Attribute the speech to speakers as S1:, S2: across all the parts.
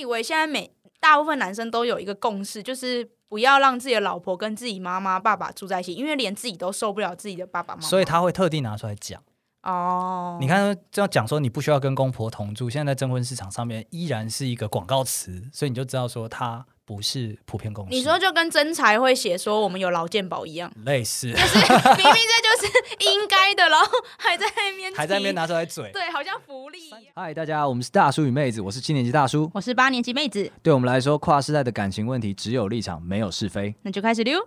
S1: 以为现在每大部分男生都有一个共识，就是不要让自己的老婆跟自己妈妈、爸爸住在一起，因为连自己都受不了自己的爸爸妈妈。
S2: 所以他会特地拿出来讲。
S1: 哦，
S2: 你看，这样讲说你不需要跟公婆同住，现在在征婚市场上面依然是一个广告词，所以你就知道说它不是普遍共识。
S1: 你说就跟真才会写说我们有劳健保一样，
S2: 类似，
S1: 就是明明这就是应该的，然后还在那边
S2: 还在那边
S1: 提
S2: 拿出来嘴。
S1: 对，好像福利一样。
S3: 嗨，大家，我们是大叔与妹子，我是七年级大叔。
S1: 我是八年级妹子，
S3: 对我们来说，跨世代的感情问题只有立场，没有是非。
S1: 那就开始溜。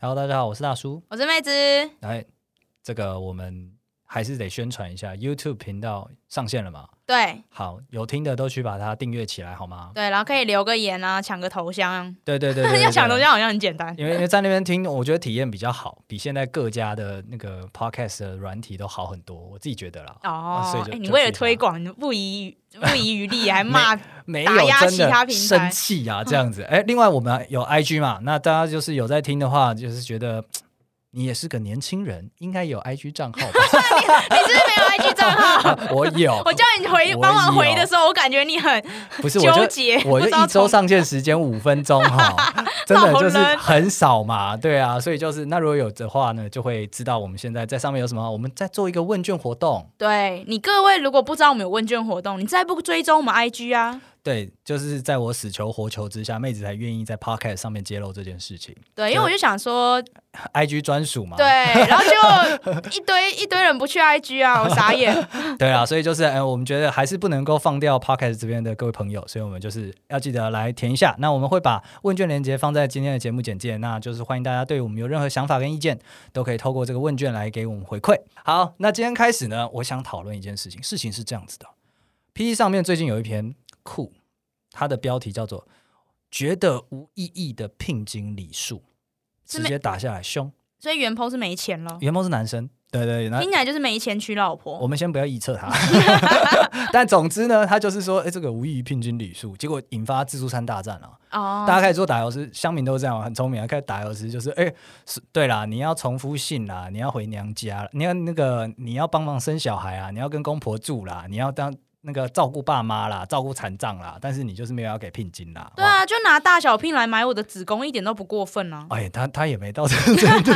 S2: Hello，大家好，我是大叔。
S1: 我是妹子，
S2: 哎，这个我们还是得宣传一下，YouTube 频道上线了嘛？
S1: 对
S2: 好，有听的都去把它订阅起来好吗？
S1: 对，然后可以留个言啊，抢个头像。
S2: 对 对对对 对
S1: 要抢
S2: 对
S1: 头像好像很简单，
S2: 因为因为在那边听，我觉得体验比较好，比现在各家的那个 podcast 的软体都好很多，我自己觉得啦。啊所以
S1: 哦，
S2: 就
S1: 哎、
S2: 就
S1: 你为了
S2: 去它
S1: 推广，你不遗余不遗余力，还骂
S2: 没
S1: 打
S2: 有
S1: 压
S2: 真
S1: 其他
S2: 的
S1: 平
S2: 生
S1: 台
S2: 气啊，这样子。哎，另外我们有 IG 嘛，那大家就是有在听的话，就是觉得嘖你也是个年轻人，应该有 IG 账号吧？
S1: 你是不是没有 IG 账号？
S2: 我有，
S1: 我叫你回
S2: 我
S1: 帮忙回
S2: 有
S1: 的时候，我感觉你很
S2: 不是我就
S1: 纠结
S2: 我
S1: 不
S2: 就
S1: 知道
S2: 一周
S1: 从
S2: 上线时间五分钟 哈，真的
S1: 老
S2: 就是
S1: 人
S2: 很少嘛，对啊，所以就是那如果有的话呢，就会知道我们现在在上面有什么，我们在做一个问卷活动。
S1: 对你各位，如果不知道我们有问卷活动，你再不追踪我们 IG 啊？
S2: 对，就是在我死求活求之下，妹子才愿意在 podcast 上面揭露这件事情
S1: 对，因为我就想说，
S2: ，IG 专属嘛。
S1: 对，然后就一堆 一堆人不去 IG 啊，我傻眼。
S2: 对啊，所以就是，呃，我们觉得还是不能够放掉 podcast 这边的各位朋友，所以我们就是要记得来填一下。那我们会把问卷链接放在今天的节目简介，那就是欢迎大家对我们有任何想法跟意见，都可以透过这个问卷来给我们回馈。好，那今天开始呢，我想讨论一件事情，事情是这样子的，P E 上面最近有一篇酷，它的标题叫做“觉得无意义的聘金礼数”，
S1: 是
S2: 直
S1: 没
S2: 接打下来凶。
S1: 所以袁剖是没钱了，
S2: 原貌是男生，对对对，那
S1: 听起来就是没钱娶老婆
S2: 我。们先不要臆 测他， 但总之呢，他就是说，哎、这个无异于聘金礼数，结果引发自助餐大战啊！大
S1: 哦，
S2: 家开始做打油诗，乡民都是这样，很聪明啊，开始打油诗就是，哎、是对啦，你要重复性啦，你要回娘家啦，你要那个你要帮忙生小孩啊，你要跟公婆住啦，你要当那个照顾爸妈啦，照顾残障啦，但是你就是没有要给聘金啦，
S1: 对啊，就拿大小聘来买我的子宫，一点都不过分啊。
S2: 哎，他他也没到这 个程度，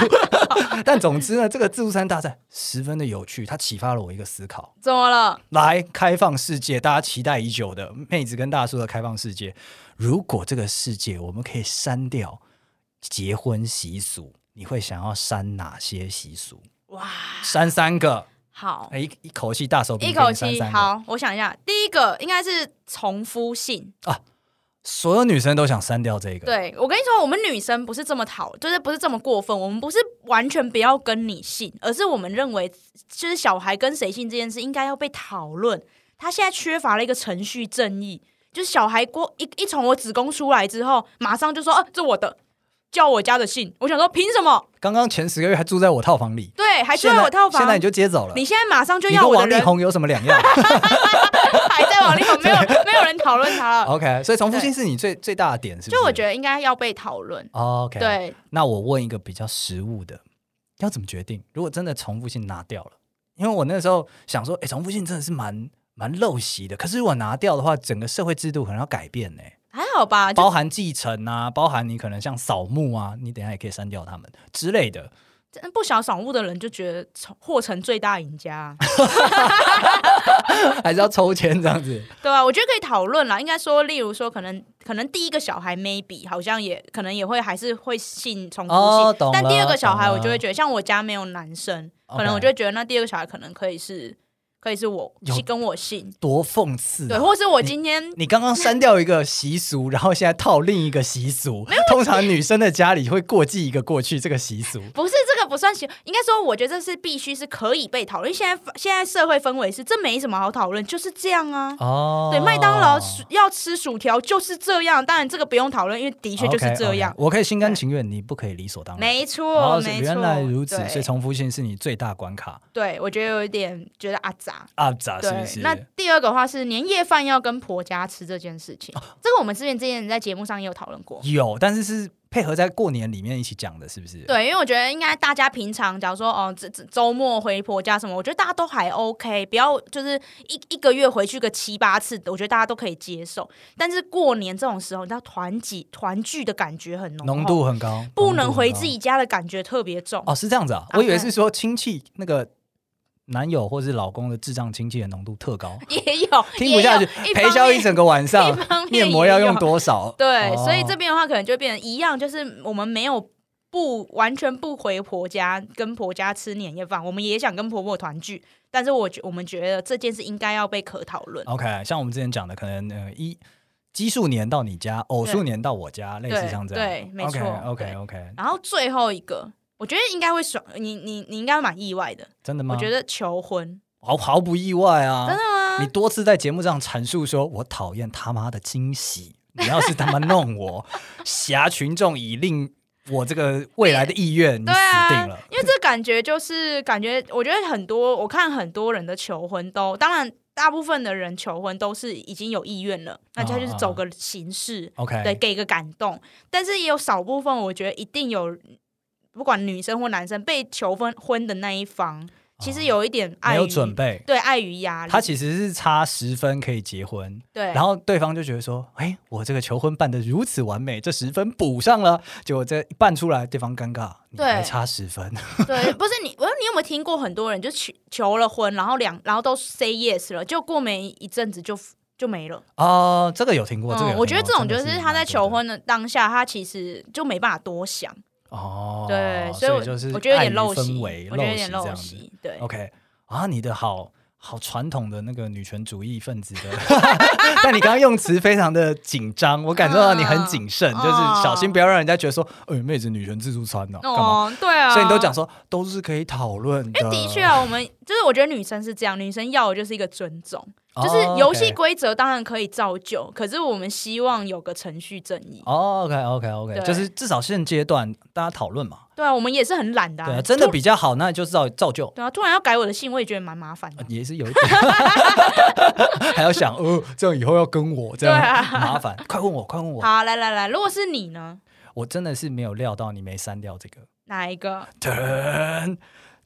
S2: 但总之呢，这个自助餐大战十分的有趣，它启发了我一个思考。
S1: 怎么了？
S2: 来开放世界，大家期待已久的妹子跟大叔的开放世界。如果这个世界我们可以删掉结婚习俗，你会想要删哪些习俗？
S1: 哇，
S2: 删三个，
S1: 好
S2: 哎，一一口气大手笔
S1: 一
S2: 给你
S1: 口
S2: 删
S1: 气，
S2: 三个，
S1: 好，我想一下，第一个应该是重复性。
S2: 所有女生都想删掉这个。
S1: 对我跟你说，我们女生不是这么讨，就是不是这么过分，我们不是完全不要跟你姓，而是我们认为，就是小孩跟谁姓这件事应该要被讨论。他现在缺乏了一个程序正义，就是小孩过一一从我子宫出来之后，马上就说，哦、这我的。叫我家的姓，我想说，凭什么？
S2: 刚刚前十个月还住在我套房里，
S1: 对，还住在
S2: 现在
S1: 我套房。
S2: 现在你就接走了。
S1: 你现在马上就
S2: 你
S1: 要
S2: 跟
S1: 我的
S2: 王力
S1: 人，
S2: 宏有什么两 样
S1: 还在王力 宏，没有没有人讨论他了。
S2: ？OK，所以重复性是你最最大的点，是不是？哦
S1: 就我觉得应该要被讨论。
S2: OK。，
S1: 对，
S2: 那我问一个比较实务的，要怎么决定？如果真的重复性拿掉了，因为我那时候想说，哎、重复性真的是蛮蛮陋习的。可是如果拿掉的话，整个社会制度可能要改变呢、
S1: 还好吧，就
S2: 包含继承啊，包含你可能像扫墓啊，你等一下也可以删掉他们之类的。
S1: 不想赏物的人就觉得成获成最大赢家啊、
S2: 还是要抽签这样 子。
S1: 对啊，我觉得可以讨论啦。应该说，例如说，可能可能第一个小孩 maybe 好像也可能也会还是会信重复性，
S2: 哦懂了
S1: 但第二个小孩
S2: 懂
S1: 我
S2: 了
S1: 就会觉得，像我家没有男生，可
S2: OK
S1: 能我就会觉得那第二个小孩可能可以是可以是我
S2: 有
S1: 是跟我姓，
S2: 多讽刺、啊！
S1: 对，或是我今天
S2: 你刚刚删掉一个习俗，然后现在套另一个习俗。通常女生的家里会过继一个过去这个习俗。
S1: 不是这个不算行，应该说，我觉得这是必须是可以被讨论。因为现在现在社会氛围是，这没什么好讨论，就是这样啊。
S2: 哦
S1: 对，麦当劳薯要吃薯条就是这样，当然这个不用讨论，因为的确
S2: 哦
S1: 就是这样
S2: o k o k 我可以心甘情愿，你不可以理所当然。
S1: 没
S2: 哦，
S1: 错，
S2: 是
S1: 没错，
S2: 原来如此，
S1: 对
S2: 所以重复性是你最大关卡
S1: 对，我觉得有一点觉得阿杂。
S2: 啊，咋是
S1: 对
S2: 不，是？
S1: 那第二个话是年夜饭要跟婆家吃这件事情，这个我们之前之前在节目上也有讨论过。
S2: 有，但是是配合在过年里面一起讲的，是不是？
S1: 对，因为我觉得应该大家平常，假如说哦，这这周末回婆家什么，我觉得大家都还 OK，不要就是一一个月回去个七八次，我觉得大家都可以接受。但是过年这种时候，你知道团集团聚的感觉很浓厚
S2: 浓度很高，
S1: 不
S2: 浓度
S1: 能
S2: 很
S1: 回
S2: 高
S1: 自己家的感觉特别重。
S2: 哦，是这样子啊，
S1: 啊
S2: 我以为是说亲戚那个男友或是老公的智障亲戚的浓度 特高，
S1: 也有
S2: 听不下去
S1: 也有，
S2: 陪消一整个晚
S1: 一
S2: 上，
S1: 方面
S2: 面膜要用
S1: 也有
S2: 多少？
S1: 对，
S2: 哦
S1: 所以这边的话可能就变成一样，就是我们没有不完全不回婆家跟婆家吃年夜饭，我们也想跟婆婆团聚，但是我觉我们觉得这件事应该要被可讨论。
S2: OK，像我们之前讲的，可能呃一奇数年到你家，偶数年到我家，类似像这样，
S1: 对对没错
S2: OK
S1: 对
S2: OK，
S1: 然后最后一个，我觉得应该会爽，你你你应该蛮意外的，
S2: 真的吗？
S1: 我觉得求婚
S2: 毫毫不意外啊，
S1: 真的
S2: 你多次在节目上阐述说，我讨厌他妈的惊喜，你要是他妈弄我， 挟群众以令我这个未来的意愿，你
S1: 对
S2: 死定
S1: 啊
S2: 了。，
S1: 因为这感觉就是感觉，我觉得很多我看很多人的求婚都，当然大部分的人求婚都是已经有意愿了，那他就是走个
S2: 啊
S1: 形式，
S2: OK，
S1: 对，给个感动。但是也有少部分，我觉得一定有，不管女生或男生被求婚婚的那一方，其实有一点
S2: 啊没
S1: 碍
S2: 有
S1: 于
S2: 准备。
S1: 对碍于压力，
S2: 他其实是差十分可以结婚，
S1: 对，
S2: 然后对方就觉得说：“哎，我这个求婚办得如此完美，这十分补上了。”结果这一办出来，对方尴尬，你
S1: 对
S2: 还差十分，
S1: 嗯对，不是你，我你有没有听过很多人就求求了婚，然后两然后都 say yes 了，就过没一阵子就就没了。
S2: 哦，这个有听过，这个有听
S1: 嗯，
S2: 过
S1: 我觉得这种就
S2: 真的
S1: 是
S2: 是
S1: 他在求
S2: 蛮
S1: 婚的当下，他其实就没办法多想，
S2: 多的哦，
S1: 对，
S2: 所
S1: 以我
S2: 就是
S1: 我觉得有点
S2: 碍于
S1: 陋习
S2: 氛围，，
S1: 我觉得有点
S2: 这样
S1: 陋
S2: 子。
S1: 习，对，
S2: OK 啊，你的好好传统的那个女权主义分子 的，但你刚刚用词非常的紧张，我感受到你很谨慎，
S1: 嗯
S2: 就是小心不要让人家觉得说，哎、妹子女权自助餐呢、干嘛？
S1: 哦，对啊，
S2: 所以你都讲。说都是可以讨论
S1: 因
S2: 的，
S1: 为的确啊，我们就是我觉得女生是这样，女生要的就是一个尊重，
S2: 哦
S1: 就是游戏
S2: OK
S1: 规则当然可以造就，可是我们希望有个程序正义。
S2: 哦，OK OK OK，
S1: 对
S2: 就是至少现阶段大家讨论嘛，
S1: 对啊，我们也是很懒的、
S2: 对、
S1: 啊
S2: 啊，真的
S1: 突
S2: 比较好，那就是造造就。
S1: 对啊，突然要改我的姓，我也觉得蛮麻烦的
S2: 呃。也是有一点， 还要想哦，这样以后要跟我这样、
S1: 对啊
S2: 麻烦，快问我，快问我，
S1: 好，来来来，如果是你呢？
S2: 我真的是没有料到你没删掉这个，
S1: 哪一个？
S2: 腾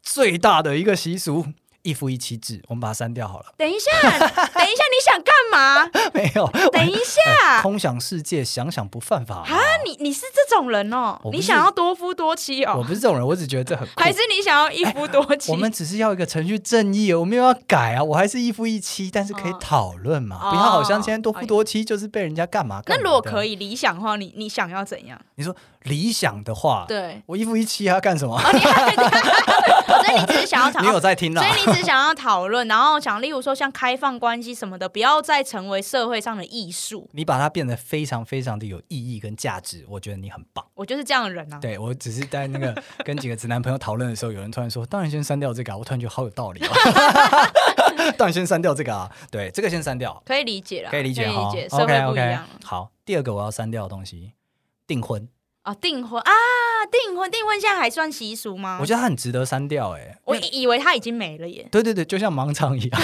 S2: 最大的一个习俗。一夫一妻制，我们把它删掉好了。
S1: 等一下，等一下，你想干嘛？
S2: 没有，
S1: 等一下
S2: 空想世界，想想不犯法吗
S1: 啊！你你是这种人哦
S2: 哦我，不是
S1: 你想要多夫多妻
S2: 我
S1: 哦，
S2: 不是这种人，我只觉得这很酷。
S1: 还是你想要一夫多妻？
S2: 我们只是要一个程序正义，我没有要改啊，我还是一夫一妻，但是可以
S1: 哦
S2: 讨论嘛，
S1: 哦哎
S2: 不要好像现在多夫多妻就是被人家干嘛干
S1: 那如
S2: 嘛。
S1: 果可
S2: 以，
S1: 以理想的话，你你想要怎样？
S2: 你说理想的话，，
S1: 对
S2: 我一夫一妻还要啊干什么？
S1: 哦所以你只是想要讨
S2: 你有在听啊
S1: 所
S2: 啦？
S1: 以你 只想要讨论，然后想，例如说像开放关系什么的，不要再成为社会上的艺术。
S2: 你把它变得非常非常的有意义跟价值，我觉得你很棒。
S1: 我就是这样的人啊。
S2: 对，我只是在那个跟几个直男朋友讨论的时候，有人突然说：“当然先删掉这个、啊。”我突然觉得好有 道理、啊。当然先删掉这个啊，对，这个先删掉，
S1: 可以理解了，
S2: 可以理解哈。
S1: 啊理解，社会
S2: OK
S1: 不一
S2: OK
S1: 样啊了。
S2: 好，第二个我要删掉的东西，订婚，
S1: 啊！订婚啊，订婚，订婚现在还算习俗吗
S2: 我？觉得它很值得删掉、哎，
S1: 我以以为他已经没了
S2: 。
S1: 耶
S2: 对对对，就像盲肠一样，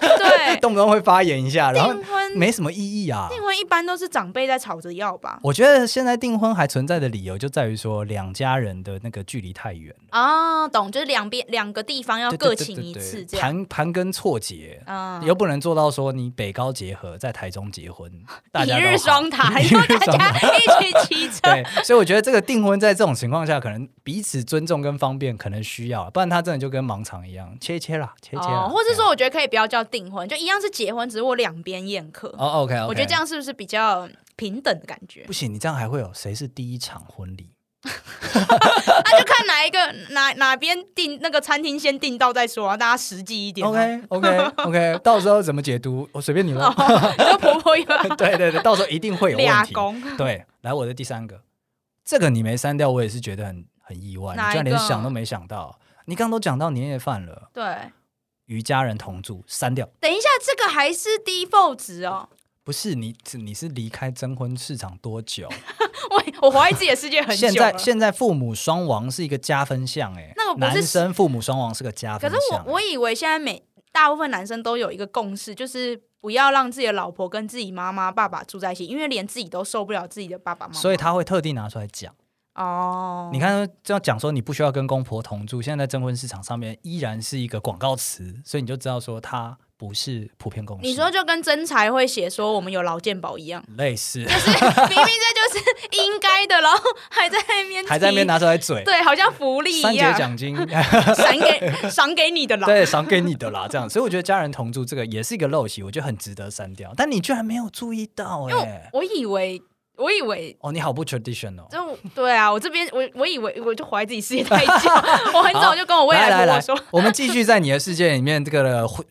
S1: 对，
S2: 动不动会发炎一下，然后
S1: 订婚
S2: 没什么意义啊。
S1: 订婚一般都是长辈在吵着要吧？
S2: 我觉得现在订婚还存在的理由就在于说，两家人的那个距离太远，
S1: 啊，懂，就是两边两个地方要
S2: 对
S1: 哦各
S2: 对对
S1: 请一
S2: 对
S1: 次这样。
S2: 盘盘根错节，
S1: 啊，
S2: 又不能做到说你北高结合，在台中结婚，大
S1: 一
S2: 家
S1: 日
S2: 都好
S1: 双塔，
S2: 一
S1: 以后
S2: 日双
S1: 大
S2: 塔。
S1: 家一起骑车。
S2: 对，所以我觉得这个订婚在这种情况下，可能彼此尊重跟方便可能需要，不然他真的就跟盲肠一样，切一切啦，切一切啦。
S1: 哦，或是说，我觉得可以不要叫订婚，就一样是结婚，只是我两边宴客。
S2: 对，哦，OK，, o k
S1: 我觉得这样是不是比较平等的感觉
S2: 不？行，你这样还会有谁是第一场婚 礼？
S1: 那就看哪一个哪哪边订那个餐厅先订到再说啊，大家实际一点啊。
S2: OK OK OK，到时候怎么解读，我随便你咯。
S1: 哦，你说婆婆又要
S2: 对对对，到时候一定会有问
S1: 俩
S2: 题。
S1: 公，
S2: 对，来我的第三个，这个你没删掉，我也是觉得很很意外，你
S1: 哪
S2: 居然
S1: 一
S2: 连
S1: 个
S2: 想都没想到。你刚刚都讲到年夜饭了，
S1: 对。
S2: 与家人同住，删掉。
S1: 等一下，这个还是 default 值哦，
S2: 不是你，是你是离开征婚市场多久？
S1: 我我怀疑自己的世界 很久
S2: 现
S1: 了。
S2: 在现在父母双亡是一个加分项哎、
S1: 那个不是
S2: 男生父母双亡是个加
S1: 可
S2: 分
S1: 是
S2: 项。欸
S1: 我我以为现在每大部分男生都有一个共识，就是不要让自己的老婆跟自己妈妈、爸爸住在一起，因为连自己都受不了自己的爸爸妈妈。
S2: 所以他会特地拿出来讲。
S1: 哦，
S2: 你看，这样讲说你不需要跟公婆同住，现在在征婚市场上面依然是一个广告词，所以你就知道说它不是普遍共识。
S1: 你说就跟真才会写说我们有劳健保一 样，
S2: 类似，
S1: 明明这就是应该的，然后还在那边提
S2: 还在那边拿出来嘴，
S1: 对，好像福利
S2: 三
S1: 一
S2: 节
S1: 样，
S2: 奖金，
S1: 赏给 赏给你的啦。
S2: 对，赏给你的啦，这样。所以我觉得家人同住这个也是一个陋习，我觉得很值得删掉。但你居然没有注意到、欸，哎，
S1: 我以为，我以为。
S2: 哦，你好不 traditional。
S1: 就对啊，我这边我我以为我就怀疑自己事业太 久，我很早就跟我未
S2: 来
S1: 来
S2: 来
S1: 婆婆
S2: 来
S1: 说，，
S2: 我们继续在你的世界里面这个会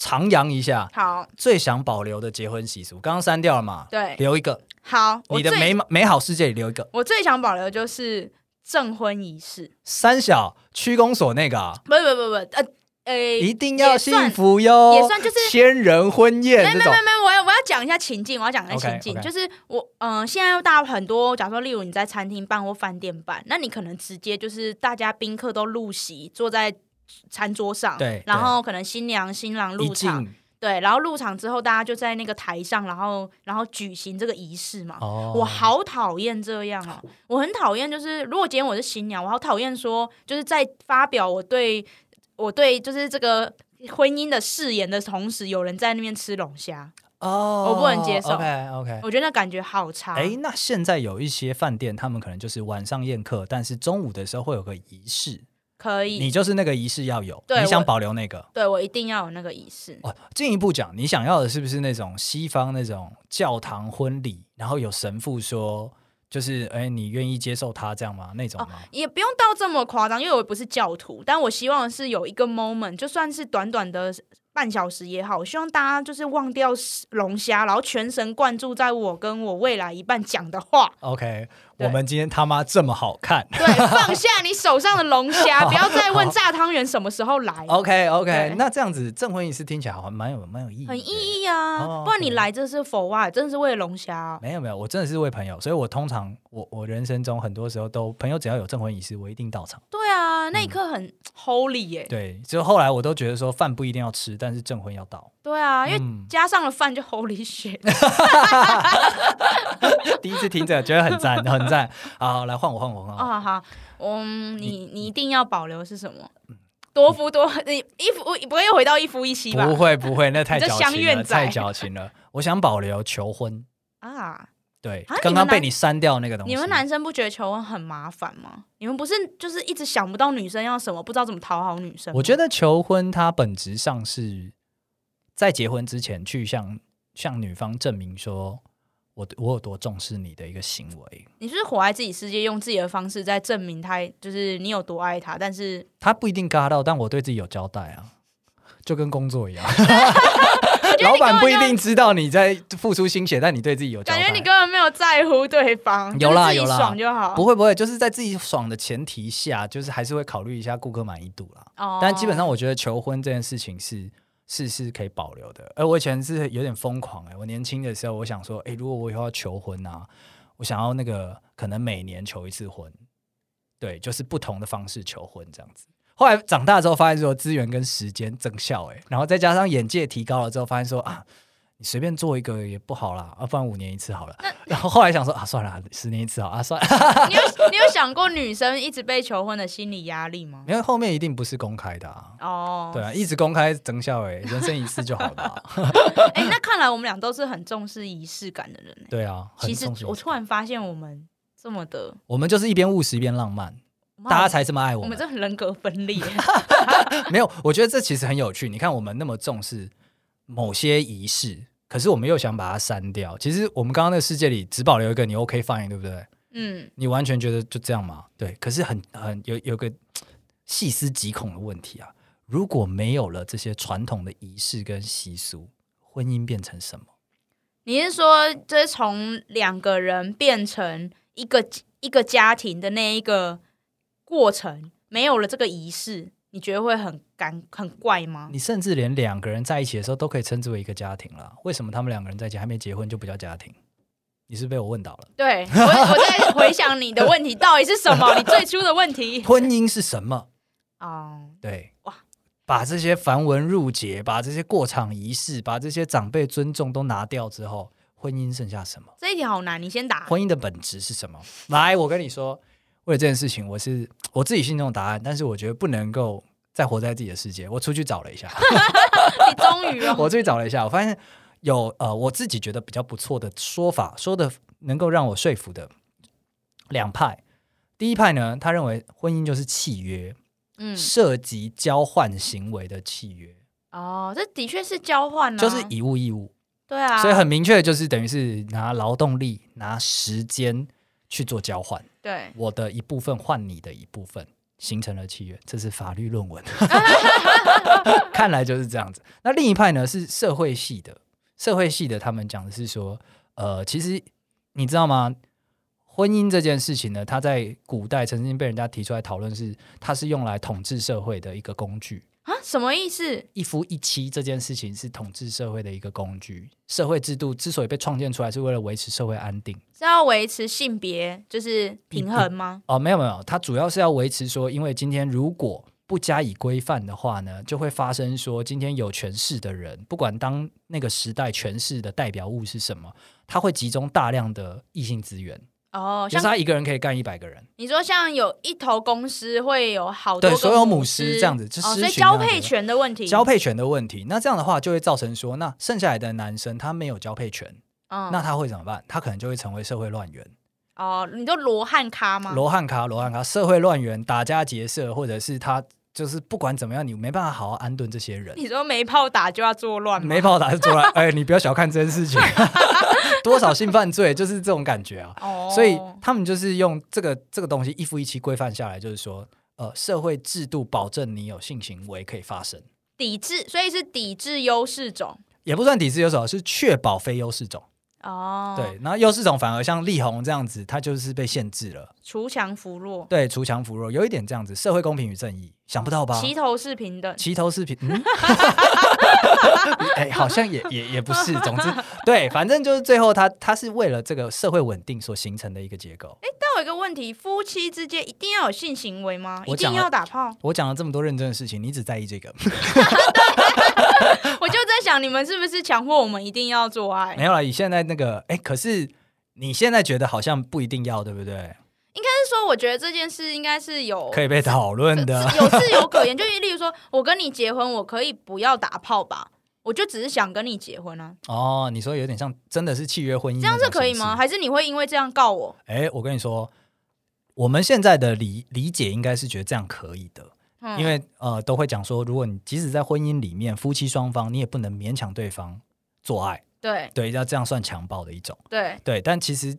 S2: 徜徉一下。
S1: 好，
S2: 最想保留的结婚习俗，刚刚删掉了嘛？
S1: 对
S2: 留一个，
S1: 好，我
S2: 你的
S1: 最
S2: 美美好世界里留一个。
S1: 我最想保留的就是证婚仪式，
S2: 三小区公所那个、啊，
S1: 不不不不，呃呃，
S2: 一定要
S1: 也算
S2: 幸福哟，
S1: 也算就是
S2: 千人婚宴
S1: 没有
S2: 这
S1: 没有
S2: 种
S1: 没有，没有，我要我要讲一下情境，我要讲一下
S2: OK，
S1: 情境
S2: OK
S1: 就是我嗯、呃现在大家很多，假如说例如你在餐厅办或饭店办，那你可能直接就是大家宾客都入席，坐在餐桌上，
S2: 对
S1: 然后可能新娘新郎
S2: 一
S1: 入场，
S2: 进
S1: 对，然后入场之后大家就在那个台上，然后然后举行这个仪式嘛。
S2: 哦，
S1: 我好讨厌这样啊！我很讨厌，就是如果今天我是新娘，我好讨厌说，就是在发表我对我对就是这个婚姻的誓言的同时，有人在那边吃龙虾，
S2: 哦，
S1: 我不能接受嗯
S2: OK OK。
S1: 我觉得那感觉好差。
S2: 哎，那现在有一些饭店，他们可能就是晚上宴客，但是中午的时候会有个仪式，
S1: 可
S2: 你
S1: 以，
S2: 就是那个仪式要有，
S1: 对
S2: 你想
S1: 我
S2: 保留那个。
S1: 对我一定要有那个仪式。
S2: 哦，进一步讲，你想要的是不是那种西方那种教堂婚礼，然后有神父说，就是哎，你愿意接受他这样吗？那
S1: 哦
S2: 种吗？
S1: 也不用到这么夸张，因为我不是教徒，但我希望是有一个 moment，就算是短短的半小时也好，我希望大家就是忘掉龙虾，然后全神贯注在我跟我未来一半讲的话。
S2: OK，
S1: 对
S2: 我们今天他妈这么好看。
S1: 对，放下你手上的龙 虾，不要再问炸汤圆什么时候来，
S2: OK
S1: 对
S2: OK，那这样子证婚仪式听起来好像蛮有蛮有意义的，
S1: 很意义
S2: 哦
S1: 啊！不然你
S2: OK
S1: 来这是否哇，真的是为了龙虾啊。
S2: 没有没有，我真的是为朋友，所以我通常我我人生中很多时候都朋友只要有证婚仪式，我一定到场。
S1: 对啊，那一刻很 holy 耶、
S2: 对，就后来我都觉得说饭不一定要吃，但是证婚要到。
S1: 对啊，因为
S2: 嗯，
S1: 加上了饭就 holy shit。
S2: 第一次听着觉得很赞，很赞。好，来换我换我换我。
S1: 哦，好，嗯，你你一定要保留是什么？
S2: 嗯
S1: 多夫多，你一夫不会又回到一夫一妻吧
S2: 不？会不会，那太
S1: 你这
S2: 矫
S1: 乡
S2: 情了，
S1: 愿仔
S2: 太矫情了。我想保留求婚，
S1: 啊，
S2: 对
S1: 啊，
S2: 刚
S1: 你
S2: 刚
S1: 们
S2: 被
S1: 男
S2: 你删掉那个东西。
S1: 你们男生不觉得求婚很麻烦吗？你们不是就是一直想不到女生要什么，不知道怎么讨好女生吗？
S2: 我觉得求婚它本质上是在结婚之前去向向女方证明说我我有多重视你的一个行为。
S1: 你是不是活在自己世界，用自己的方式在证明他，就是你有多爱他。但是
S2: 他不一定嘎到，但我对自己有交代啊，就跟工作 一样，
S1: 我觉得
S2: 老
S1: 你根
S2: 板
S1: 本
S2: 不
S1: 就
S2: 一定知道你在付出心血，但你对自己有交
S1: 感
S2: 代。
S1: 觉你根本没有在乎对方，
S2: 有啦
S1: 就是自
S2: 有
S1: 己
S2: 啦
S1: 爽就好。
S2: 不会不会，就是在自己爽的前提下，就是还是会考虑一下顾客满意度啦。
S1: 哦
S2: 但基本上，我觉得求婚这件事情是是是可以保留的。呃而我以前是有点疯狂哎、我年轻的时候，我想说，哎、如果我以后要求婚啊，我想要那个可能每年求一次婚，对，就是不同的方式求婚这样子。后来长大之后，发现说资源跟时间增效哎、然后再加上眼界提高了之后，发现说啊。你随便做一个也不好啦，啊，不然五年一次好了。然后后来想说啊，算了，十年一次好啊，算了。
S1: 你有你有想过女生一直被求婚的心理压力吗？
S2: 因为后面一定不是公开的啊。
S1: 哦，
S2: 对啊，一直公开增效哎，人生一次就好了啊、
S1: 哎、那看来我们俩都是很重视仪式感的人、欸。
S2: 对啊，很
S1: 其实
S2: 重视
S1: 我突然发现我们这么的，
S2: 我们就是一边务实一边浪漫，
S1: 妈
S2: 大家才这么爱
S1: 我
S2: 我
S1: 们
S2: 们。
S1: 这人格分 裂。
S2: 没有，我觉得这其实很有趣。你看，我们那么重视某些仪式，可是我们又想把它删掉。其实我们刚刚那个世界里只保留一个，你 OK fine，对不对？
S1: 嗯，
S2: 你完全觉得就这样嘛？对，可是很很有有个细思极恐的问题啊！如果没有了这些传统的仪式跟习俗，婚姻变成什么？
S1: 你是说，就是从两个人变成一个一个家庭的那一个过程，没有了这个仪式，你觉得会很尴很怪吗？
S2: 你甚至连两个人在一起的时候都可以称之为一个家庭了。为什么他们两个人在一起还没结婚就不叫家庭？你是被我问倒了。
S1: 对我，我在回想你的问题到底是什么？你最初的问题
S2: 婚姻是什么？
S1: 哦，
S2: 对，
S1: 哇，
S2: 把这些繁文缛节、把这些过场仪式、把这些长辈尊重都拿掉之后，婚姻剩下什么？
S1: 这一题好难，你先打。
S2: 婚姻的本质是什么？来，我跟你说，为了这件事情，我是我自己心中有答案，但是我觉得不能够再活在自己的世界。我出去找了一下，
S1: 你终 于哦，
S2: 我出去找了一下，我发现有呃，我自己觉得比较不错的说法，说的能够让我说服的两派。第一派呢，他认为婚姻就是契约，
S1: 嗯，
S2: 涉及交换行为的契约，
S1: 哦，这的确是交换啊，
S2: 就是以物易物，
S1: 对啊，
S2: 所以很明确，就是等于是拿劳动力、拿时间去做交换。
S1: 对，
S2: 我的一部分换你的一部分，形成了契约，这是法律论文。看来就是这样子。那另一派呢是社会系的，社会系的他们讲的是说，呃，其实你知道吗？婚姻这件事情呢，它在古代曾经被人家提出来讨论是，它是用来统治社会的一个工具。
S1: 啊，什么意思？
S2: 一夫一妻这件事情是统治社会的一个工具。社会制度之所以被创建出来，是为了维持社会安定。
S1: 是要维持性别就是平衡吗？
S2: 哦，没有没有，它主要是要维持说，因为今天如果不加以规范的话呢，就会发生说，今天有权势的人，不管当那个时代权势的代表物是什么，他会集中大量的异性资源，
S1: 哦，
S2: 就是
S1: 像
S2: 他一个人可以干一百个人，
S1: 你说，像有一头公司会有好多
S2: 对，
S1: 个
S2: 所有母
S1: 狮
S2: 狮这样子，就
S1: 哦，
S2: 狮
S1: 所以
S2: 群那啊
S1: 交
S2: 样子
S1: 配权的问题，
S2: 交配权的问题。那这样的话，就会造成说，那剩下来的男生他没有交配权，
S1: 嗯，
S2: 那他会怎么办？他可能就会成为社会乱源。
S1: 哦，你就罗汉咖吗？
S2: 罗汉卡，罗汉卡，社会乱源、打家劫舍，或者是他就是不管怎么样，你没办法好好安顿这些人。
S1: 你说没炮打就要作乱吗？
S2: 没炮打是出来，哎，你不要小看这件 事情，多少性犯罪就是这种感觉啊。
S1: 哦，
S2: 所以他们就是用这个这个东西一夫一妻规范下来，就是说，呃，社会制度保证你有性行为可以发生，
S1: 抵制，所以是抵制优势种
S2: 也不算抵制优势种，是确保非优势种。
S1: 哦，
S2: 对，，然后优势种反而像力宏这样子，它就是被限制了。
S1: 锄强扶弱，
S2: 对，锄强扶弱，有一点这样子，社会公平与正义，想不到吧？
S1: 齐头是平等，
S2: 齐头视频，嗯， 哎、好像也也也不 是，总之，对，反正就是最后他他是为了这个社会稳定所形成的一个结构。
S1: 但我有一个问题，夫妻之间一定要有性行为吗？一
S2: 我讲
S1: 定
S2: 了
S1: 要打炮？
S2: 我讲了这么多认真的事情，你只在意这个，
S1: 我就在想，你们是不是强迫我们一定要做爱？
S2: 没有了。以现在那个，哎、可是你现在觉得好像不一定要，对不对？
S1: 哦但是说，我觉得这件事应该是有
S2: 可以被讨论的。
S1: 自 有自由可言，就例如说，我跟你结婚，我可以不要打炮吧？我就只是想跟你结婚啊，
S2: 哦，你说有点像，真的是契约婚姻，
S1: 这样是可以
S2: 嗯
S1: 吗？？还是你会因为这样告我？
S2: 哎、我跟你说，我们现在的理理解应该是觉得这样可以的。
S1: 嗯
S2: 因为呃，都会讲说，如果你即使在婚姻里面，夫妻双方你也不能勉强对方做爱，
S1: 对
S2: 对，要这样算强暴的一种，
S1: 对，
S2: 对。但其实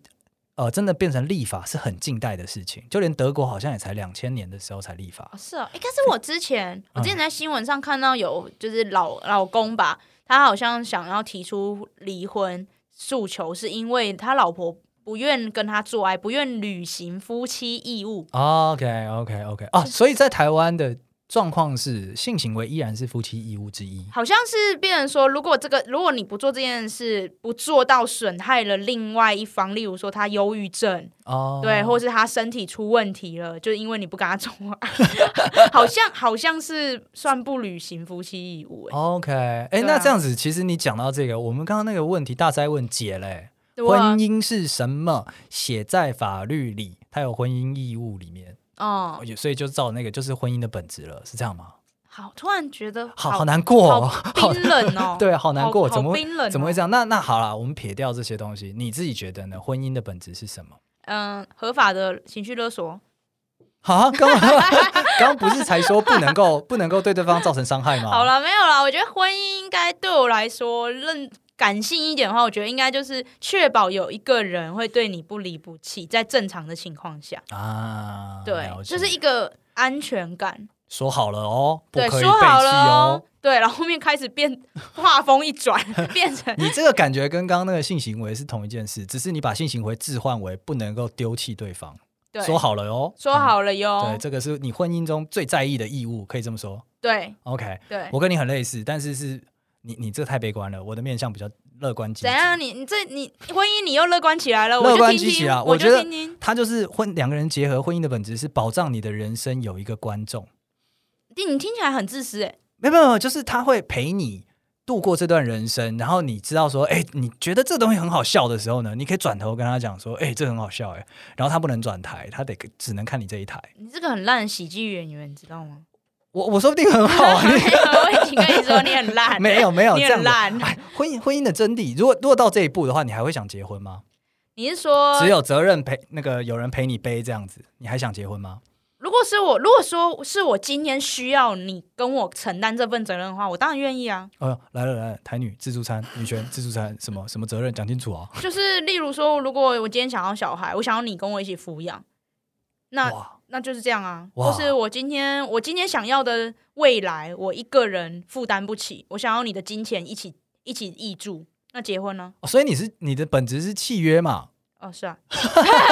S2: 呃，真的变成立法是很近代的事情，就连德国好像也才两千年的时候才立法
S1: 哦。是哦。哎、可是我之前，我之前在新闻上看到有，就是老老公吧，他好像想要提出离婚诉求，是因为他老婆不愿跟他做爱，不愿履行夫妻义务。
S2: OK OK OK 啊，所以在台湾的状况是，性行为依然是夫妻义务之一。
S1: 好像是变成说，如果这个如果你不做这件事，不做到损害了另外一方，例如说他忧郁症，
S2: 哦，
S1: 对，或是他身体出问题了，就是因为你不跟他做爱， 好像好像是算不履行夫妻义务、欸。
S2: OK，哎、
S1: 对啊
S2: 那这样子，其实你讲到这个，我们刚刚那个问题大灾问解嘞、
S1: 对啊吧
S2: 婚姻是什么？写在法律里，它有婚姻义务里面，
S1: 哦，
S2: 也所以就照那个就是婚姻的本质了，是这样吗？
S1: 好，突然觉得
S2: 好
S1: 好
S2: 好难过、哦，，
S1: 好冰冷哦
S2: 对，啊好
S1: 好
S2: 难过，
S1: 好
S2: 怎么会
S1: 冰冷、哦
S2: 怎么会这
S1: 样？
S2: 样？那那好啦，我们撇掉这些东西，你自己觉得呢？婚姻的本质是什么？
S1: 嗯，合法的情绪勒
S2: 哦
S1: 索，
S2: 啊，刚 刚不是才说不能够不能够对对方造成伤害吗？
S1: 好，了，没有了。我觉得婚姻应该对我来说，认感性一点的话，我觉得应该就是确保有一个人会对你不离不弃，在正常的情况下，
S2: 啊，
S1: 对
S2: 了，解
S1: 就是一个安全感。
S2: 说好了哦，不
S1: 对，
S2: 可以
S1: 说好
S2: 背
S1: 了
S2: 弃哦。
S1: 对，然后后面开始变画风一转， 变成
S2: 你这个感觉跟刚刚那个性行为是同一件事，只是你把性行为置换为不能够丢弃对方。
S1: 对，
S2: 说好了哦，
S1: 说好了哟
S2: 嗯、，对，这个是你婚姻中最在意的义务，可以这么说。
S1: 对
S2: OK，
S1: 对。
S2: 我跟你很类似，但是是你你这太悲观了，我的面向比较乐观积极
S1: 怎。样？你你这你婚姻你又乐观起来了，
S2: 乐
S1: 我就
S2: 观
S1: 听
S2: 积极
S1: 听
S2: 啊，
S1: 我
S2: 我觉
S1: 就
S2: 得
S1: 听听。
S2: 它就是婚两个人结合，婚姻的本质是保障你的人生有一个观众。
S1: 你听起来很自私哎，
S2: 没有没有，没有就是他会陪你度过这段人生，然后你知道说，哎，你觉得这东西很好笑的时候呢，你可以转头跟他讲说，哎，这很好笑哎，然后他不能转台，他得只能看你这一台。
S1: 你这个很烂的喜剧演员，你知道 吗？
S2: 我我说不定很 好啊，你
S1: 我已经跟你说你很烂，
S2: 没有没有
S1: 你
S2: 这
S1: 很
S2: 样子。
S1: 烂。
S2: 哎，婚姻婚姻的真谛，如果如果到这一步的话，你还会想结婚吗？
S1: 你是说
S2: 只有责任陪那个有人陪你背这样子，你还想结婚吗？
S1: 如果是我，如果说是我今天需要你跟我承担这份责任的话，我当然愿意啊。
S2: 哎呦，来了来了，台女自助餐、女权自助餐，什么什么责任讲清楚啊！
S1: 就是例如说，如果我今天想要小孩，我想要你跟我一起抚养，那
S2: 哇，
S1: 那就是这样啊。
S2: 哇
S1: 或是我今天我今天想要的未来，我一个人负担不起，我想要你的金钱一起一起挹注，那结婚呢？
S2: 哦所以你是你的本质是契约嘛？
S1: 哦，是啊，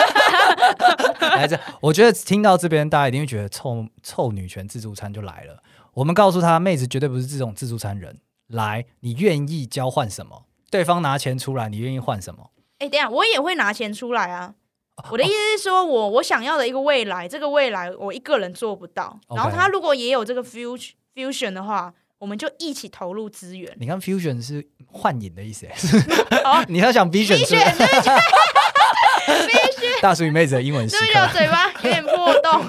S2: 来这，我觉得听到这边，大家一定会觉得臭臭女权自助餐就来了。我们告诉他，妹子绝对不是这种自助餐人。来，你愿意交换什么？对方拿钱出来，你愿意换什么？
S1: 哎、等一下我也会拿钱出来啊。我的意思是说我，我想要的一个未来，这个未来我一个人做不到。
S2: OK
S1: 然后他如果也有这个 fusion fusion 的话，我们就一起投入资源。
S2: 你看 fusion 是幻影的意思耶，
S1: 哦
S2: 你要想 vision 是不是
S1: Vision，对不起，
S2: 大叔与妹子的英 文时
S1: 对不起，我
S2: 刻，
S1: 嘴巴有点破洞。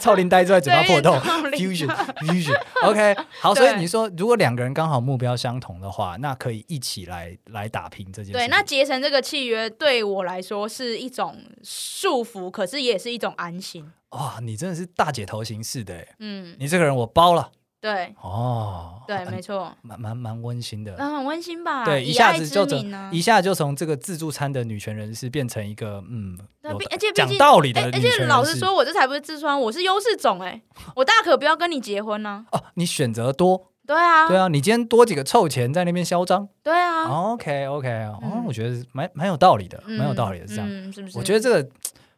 S2: 臭林呆坐在 嘴巴破洞
S1: 对有点臭
S2: ，fusion
S1: 林
S2: fusion OK 好，所以
S1: 对
S2: 你说如果两个人刚好目标相同的话，那可以一起来来打拼这件事。
S1: 对，那结成这个契约对我来说是一种束缚，可是也是一种安心。
S2: 哇，你真的是大姐头形式的耶，
S1: 嗯，
S2: 你这个人我包了
S1: 对
S2: 哦，
S1: 对，
S2: 嗯
S1: 没嗯错，
S2: 蛮蛮蛮温馨的。
S1: 那很温馨吧？
S2: 对，
S1: 以
S2: 一下
S1: 爱
S2: 子
S1: 之
S2: 就
S1: 名
S2: 从
S1: 啊
S2: 一下就从这个自助餐的女权人士变成一个嗯，
S1: 对
S2: 有
S1: 毕而且毕
S2: 讲
S1: 竟
S2: 道理
S1: 哎
S2: 的女
S1: 而
S2: 权
S1: 且
S2: 人
S1: 老实
S2: 士
S1: 说，我这才不是痔疮，我是优势种哎、我大可不要跟你结婚呢、
S2: 哦，你选择多，
S1: 对啊，
S2: 对啊，你今天多几个臭钱在那边嚣张，
S1: 对啊，
S2: OK OK，哦，
S1: 嗯
S2: 我觉得是蛮蛮有道理的，
S1: 嗯
S2: 蛮有道理的。这样，
S1: 嗯，是不是？
S2: 我觉得这个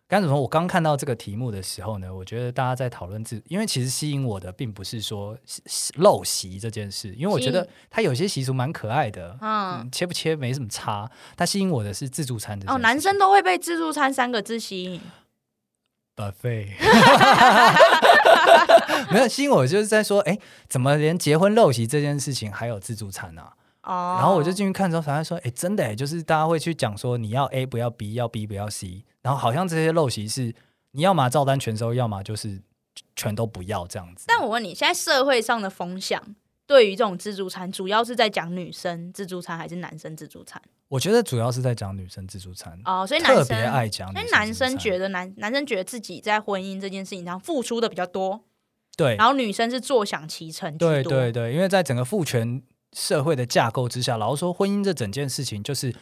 S2: 该怎么说？我刚看到这个题目的时候呢，我觉得大家在讨论自，因为其实吸引我的并不是说是是陋习这件事，因为我觉
S1: 吸
S2: 得它有些习俗蛮可爱的，
S1: 嗯
S2: 嗯，，切不切没什么差。它吸引我的是自助餐这件
S1: 哦，
S2: 事
S1: 男生都会被自助餐三个字吸引，
S2: buffet，没有吸引我就是在说，哎，怎么连结婚陋习这件事情还有自助餐啊？
S1: 哦，
S2: 然后我就进去看之后，发现说，哎，真的哎，就是大家会去讲说，你要 A 不要 B，要 B 不要 C，然后好像这些陋习是你要么照单全收，要么就是全都不要这样子。
S1: 但我问你，现在社会上的风向对于这种自助餐，主要是在讲女生自助餐还是男生自助餐？
S2: 我觉得主要是在讲女生自助餐，
S1: 哦，所以男
S2: 特别
S1: 生。
S2: 爱讲女
S1: 所以
S2: 生自助餐。
S1: 男生觉得男男生觉得自己在婚姻这件事情上付出的比较多，
S2: 对
S1: 然后女生是坐享其成居多。
S2: 对对对，因为在整个父权社会的架构之下，老实说，婚姻这整件事情就是。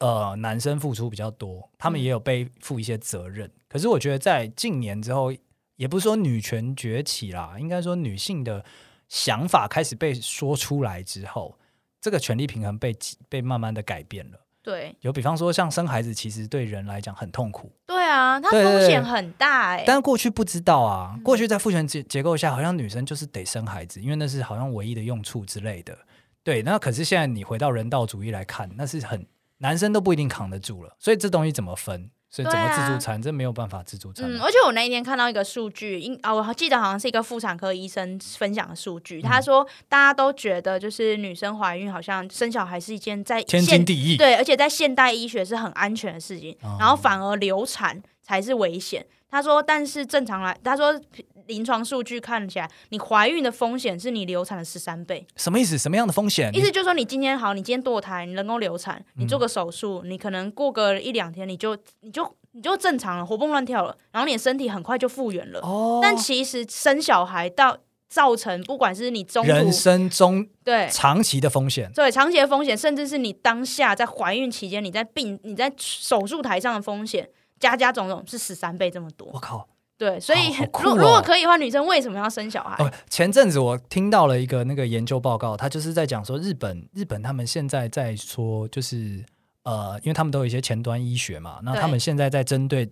S2: 呃，男生付出比较多，他们
S1: 嗯
S2: 也有背负一些责任。可是我觉得在近年之后，也不是说女权崛起啦，应该说女性的想法开始被说出来之后，这个权力平衡被被慢慢的改变了。
S1: 对
S2: 有比方说，像生孩子，其实对人来讲很痛苦，
S1: 对啊，它
S2: 对对
S1: 风
S2: 对
S1: 险很大哎、嗯
S2: 但过去不知道啊，过去在父权结结构下，好像女生就是得生孩子，因为那是好像唯一的用处之类的。对，那可是现在你回到人道主义来看，那是很男生都不一定扛得住了，所以这东西怎么分？所以怎
S1: 对
S2: 么
S1: 啊
S2: 自助餐？这没有办法自助餐
S1: 嗯，
S2: 啊、
S1: 而且我那一天看到一个数据，应啊，我记得好像是一个妇产科医生分享的数据，他
S2: 嗯
S1: 说大家都觉得就是女生怀孕好像生小孩是一件在
S2: 天
S1: 现
S2: 经地义。
S1: 对，而且在现代医学是很安全的事情，
S2: 哦
S1: 然后反而流产才是危险。他说，但是正常来，他说临床数据看起来，你怀孕的风险是你流产的十三倍。
S2: 什么意思？什么样的风险？
S1: 意思就是说，你今天好，你今天堕胎，你人工流产，你
S2: 嗯
S1: 做个手术，你可能过个一两天，你就你就你就正常了，活蹦乱跳了，然后你的身体很快就复原了。
S2: 哦，
S1: 但其实生小孩到造成，不管是你中途
S2: 人生中
S1: 对
S2: 长期的风险。
S1: 对长期的风险，甚至是你当下在怀孕期间，你在病你在手术台上的风险，加加种种是十三倍这么
S2: 我
S1: 多。
S2: 靠！
S1: 对，所以
S2: 好好酷
S1: 如、
S2: 哦
S1: 如果可以的话，女生为什么要生小孩？
S2: 哦，前阵子我听到了一个那个研究报告，他就是在讲说日本日本他们现在在说就是呃，因为他们都有一些前端医学嘛，那
S1: 对
S2: 他们现在在针对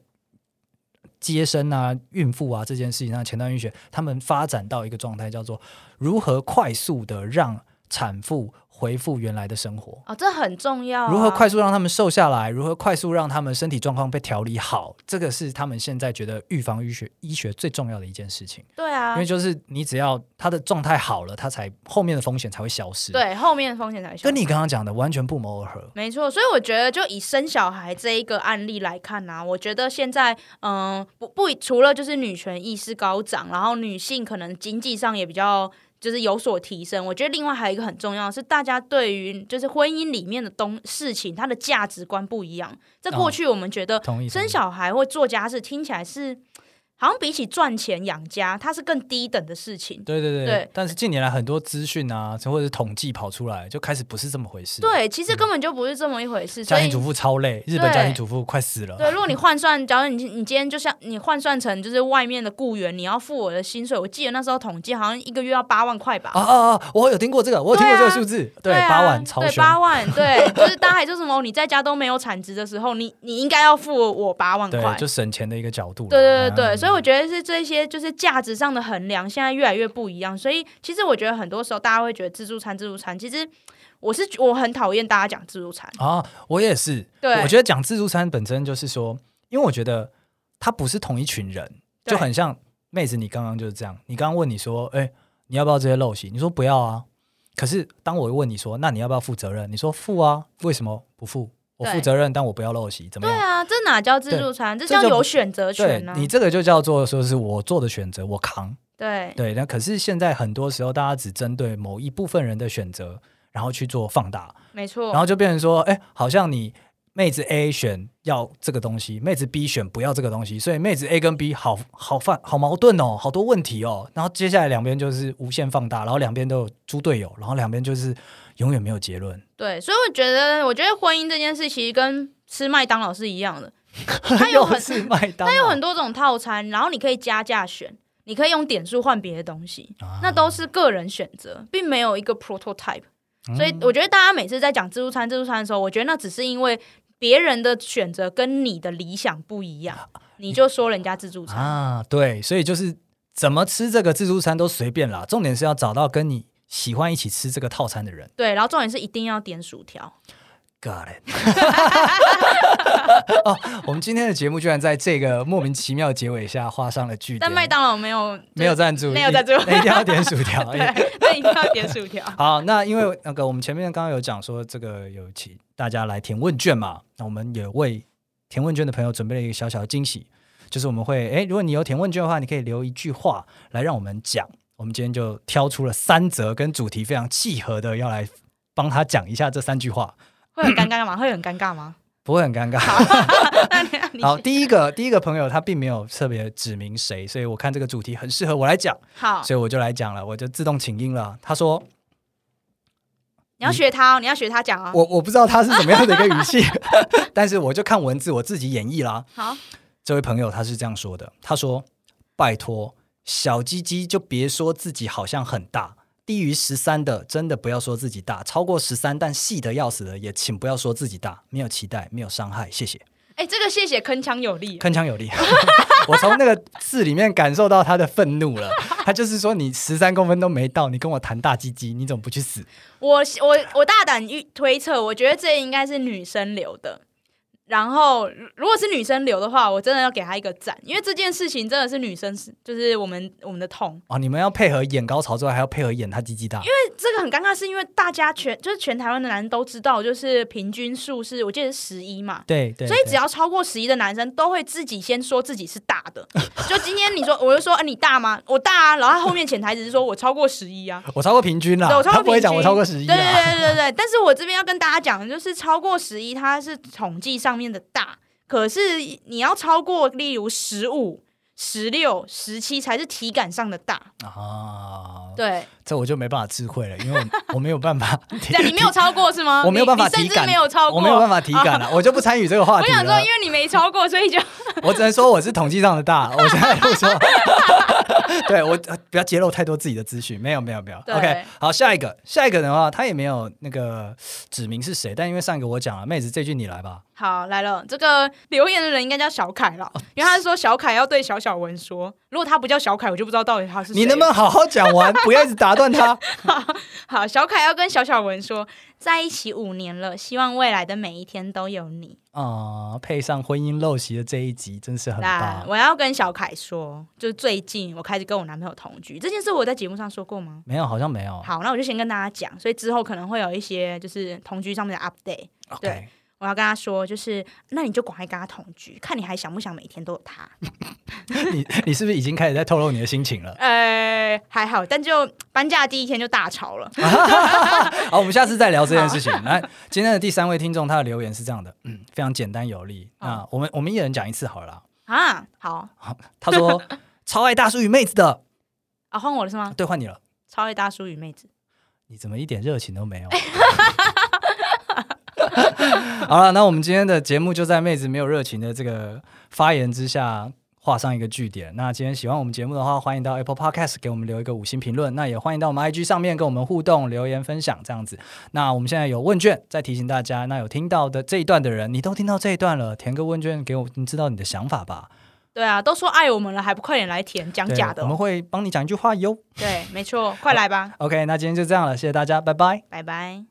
S2: 接生啊、孕妇啊这件事情上，前端医学他们发展到一个状态叫做如何快速的让产妇回复原来的生活。
S1: 哦，这很重要、
S2: 如何快？速让他们瘦下来？如何快速让他们身体状况被调理好？这个是他们现在觉得预防医学医学最重要的一件事情，
S1: 对啊
S2: 因为，就是你只要他的状态好了，他才后面的风险才会消失。，
S1: 对后面的风险才小
S2: 跟你刚刚讲的完全不谋而合。
S1: 没错，所以我觉得就以生小孩这一个案例来看啊，我觉得现在嗯、不不除了就是女权意识高涨，然后女性可能经济上也比较。就是有所提升，我觉得另外还有一个很重要的是，大家对于就是婚姻里面的东事情，它的价值观不一样。在过去我们觉得
S2: 哦同意。
S1: 生
S2: 同意
S1: 小孩或做家事听起来是好像比起赚钱养家，它是更低等的事情。
S2: 对对对，
S1: 对
S2: 但是近年来很多资讯啊，或者是统计跑出来，就开始不是这么回事。，
S1: 对，其实根本就不是这么一回事。所
S2: 嗯家
S1: 以
S2: 庭主妇超累，日本
S1: 对
S2: 家庭主妇快死 了。
S1: 对，如果你换算，假如你你今天就像你换算成就是外面的雇员，你要付我的薪水，我记得那时候统计好像一个月要八万块吧。
S2: 啊啊啊！我有听过这个，我有听过这个数字，对，
S1: 啊，
S2: 八万超
S1: 对
S2: 凶。
S1: 八万，对，就是大家还说什么你在家都没有产值的时候，你你应该要付我八万块
S2: 对，，就省钱的一个角度啦。
S1: 对对对对，
S2: 嗯
S1: 所以我觉得是这些就是价值上的衡量，现在越来越不一样。所以其实我觉得很多时候大家会觉得自助餐自助餐，其实我是我很讨厌大家讲自助餐，
S2: 啊，我也是。
S1: 对
S2: 我觉得讲自助餐本身就是说，因为我觉得它不是同一群人，
S1: 对
S2: 就很像妹子，你刚刚就是这样。你刚刚问你说，哎、你要不要这些陋习？你说不要啊。可是当我问你说，那你要不要负责任？你说负啊，为什么不负？我
S1: 对
S2: 负责任，但我不要陋习，怎么
S1: 对
S2: 样？
S1: 啊，这哪叫自助餐？这叫
S2: 这就不
S1: 有选啊择权呢、
S2: 你这个就叫做说是我做的选择，我扛。
S1: 对
S2: 对，那可是现在很多时候，大家只针对某一部分人的选择，然后去做放大。
S1: 没错。
S2: 然后就变成说，哎、好像你妹子 A 选要这个东西，妹子 B 选不要这个东西，所以妹子 A 跟 B 好好犯好矛盾哦，好多问题哦。然后接下来两边就是无限放大，然后两边都有猪队友，然后两边就是永远没有结论。
S1: 对，所以我觉得，我觉得婚姻这件事其实跟吃麦当劳是一样的，它有很
S2: 又是麦当劳，
S1: 它有很多种套餐，然后你可以加价选，你可以用点数换别的东西，
S2: 啊
S1: 那都是个人选择，并没有一个 prototype。所
S2: 嗯
S1: 以我觉得大家每次在讲自助餐、自助餐的时候，我觉得那只是因为别人的选择跟你的理想不一样，你就说人家自助餐。
S2: 啊，对，所以就是怎么吃这个自助餐都随便啦，重点是要找到跟你喜欢一起吃这个套餐的人。
S1: 对，然后重点是一定要点薯条。
S2: Got it 哦，我们今天的节目居然在这个莫名其妙的结尾下画上了句点。
S1: 但麦当劳没有，
S2: 没有啊赞助，
S1: 没有赞助
S2: 一 定一定要点薯 条。
S1: 对，那一定要点薯条。
S2: 好，那因为那个我们前面刚刚有讲说，这个有请大家来填问卷嘛，那我们也为填问卷的朋友准备了一个小小的惊喜，就是我们会，诶，如果你有填问卷的话，你可以留一句话来让我们讲。我们今天就挑出了三则跟主题非常契合的，要来帮他讲一下这三句话，
S1: 会很尴尬吗？会很尴尬吗？
S2: 不会很尴尬。
S1: 那你你
S2: 好，第一个第一个朋友他并没有特别指明谁，所以我看这个主题很适合我来讲，
S1: 好，
S2: 所以我就来讲了，我就自动请缨了。他说。
S1: 你要学他哦，你要学他讲哦。
S2: 嗯我我不知道他是怎么样的一个语气， 但是我就看文字，我自己演绎啦。
S1: 好，
S2: 这位朋友他是这样说的：“他说，拜托，小鸡鸡就别说自己好像很大，低于十三的真的不要说自己大，超过十三但细的要死的也请不要说自己大，没有期待，没有伤害，谢谢，
S1: 哎，这个谢谢铿锵有力。
S2: 铿锵有力。” 我从那个字里面感受到他的愤怒了，他就是说你十三公分都没到，你跟我谈大鸡鸡，你怎么不去死？
S1: 我我我大胆预推测，我觉得这应该是女生留的。然后，如如果是女生留的话，我真的要给她一个赞，因为这件事情真的是女生是就是我们我们的痛。
S2: 哦，你们要配合演高潮之外，还要配合演他鸡鸡大，因为
S1: 这个很尴尬，是因为大家全就是全台湾的男人都知道，就是平均数是我记得是十一嘛，
S2: 对对，
S1: 所以
S2: 对
S1: 只要超过十一的男生都会自己先说自己是大 的。就今天你说，我就说，哎、你大吗？我大啊。然后他后面潜台词是说我超过十一啊。
S2: 我超过平均啦，
S1: 对，我超过
S2: 他不会讲
S1: 平均
S2: 我超过十一啊
S1: 对对
S2: 啦。
S1: 对对对。但是我这边要跟大家讲，的就是超过十一，它是统计上面的大，可是你要超过，例如十五、十六、十七，才是体感上的大。
S2: 啊，
S1: 对，
S2: 这我就没办法智慧了，因为我我没有办法 体，
S1: 这样你没有超过是吗？
S2: 我没有
S1: 你
S2: 办法
S1: 你甚
S2: 体感，
S1: 至没有超过，哦
S2: 我没有办法体 感了，我就不参与这个话
S1: 我
S2: 题
S1: 想说，
S2: 了
S1: 因。为你没超过，所以就
S2: 我只能说我是统计上的 大，我现在不说。 对我呃不要揭露太多自己的资讯，没有没有没有。
S1: 对
S2: OK，好，下一个下一个的话，他也没有那个指明是谁，但因为上一个我讲了，妹子这句你来吧。
S1: 好，来了，这个留言的人应该叫小凯了，
S2: 哦
S1: 因为他是说小凯要对小小文说，如果他不叫小凯，我就不知道到底他是谁
S2: 你能不能好好讲完，不要一直打断 他？
S1: 好，小凯要跟小小文说，在一起五年了，希望未来的每一天都有你。
S2: 啊、配上婚姻陋习的这一集，真是很
S1: 那
S2: 棒。
S1: 我要跟小凯说，就是最近我开始跟我男朋友同居这件事，我有在节目上说过吗？
S2: 没有，好像没有。
S1: 好，那我就先跟大家讲，所以之后可能会有一些就是同居上面的 update。
S2: OK，
S1: 对我要跟他说，就是那你就赶快跟他同居，看你还想不想每天都有他。
S2: 你你是不是已经开始在透露你的心情了？
S1: 呃，还好，但就搬家的第一天就大吵了。
S2: 好，我们下次再聊这件事情。来，今天的第三位听众他的留言是这样的，嗯，非常简单有力。那我们我们一人讲一次好了啦。
S1: 啊，好，
S2: 他说超爱大叔与妹子的，
S1: 啊，换我了是吗？
S2: 对，换你了。
S1: 超爱大叔与妹子，
S2: 你怎么一点热情都没有？ 好了，那我们今天的节目就在妹子没有热情的这个发言之下画上一个句点。那今天喜欢我们节目的话，欢迎到 Apple Podcast 给我们留一个五星评论，那也欢迎到我们 IG 上面跟我们互动、留言、分享这样子。那我们现在有问卷，再提醒大家，那有听到的这一段的人，你都听到这一段了，填个问卷给我，你知道你的想法吧？
S1: 对啊，都说爱我们了，还不快点来填，讲
S2: 对
S1: 假的
S2: 我
S1: 哦、
S2: 们会帮你讲一句话哟。
S1: 对，没错，快来吧，
S2: OK，那今天就这样了，谢谢大家，拜拜。
S1: 拜拜。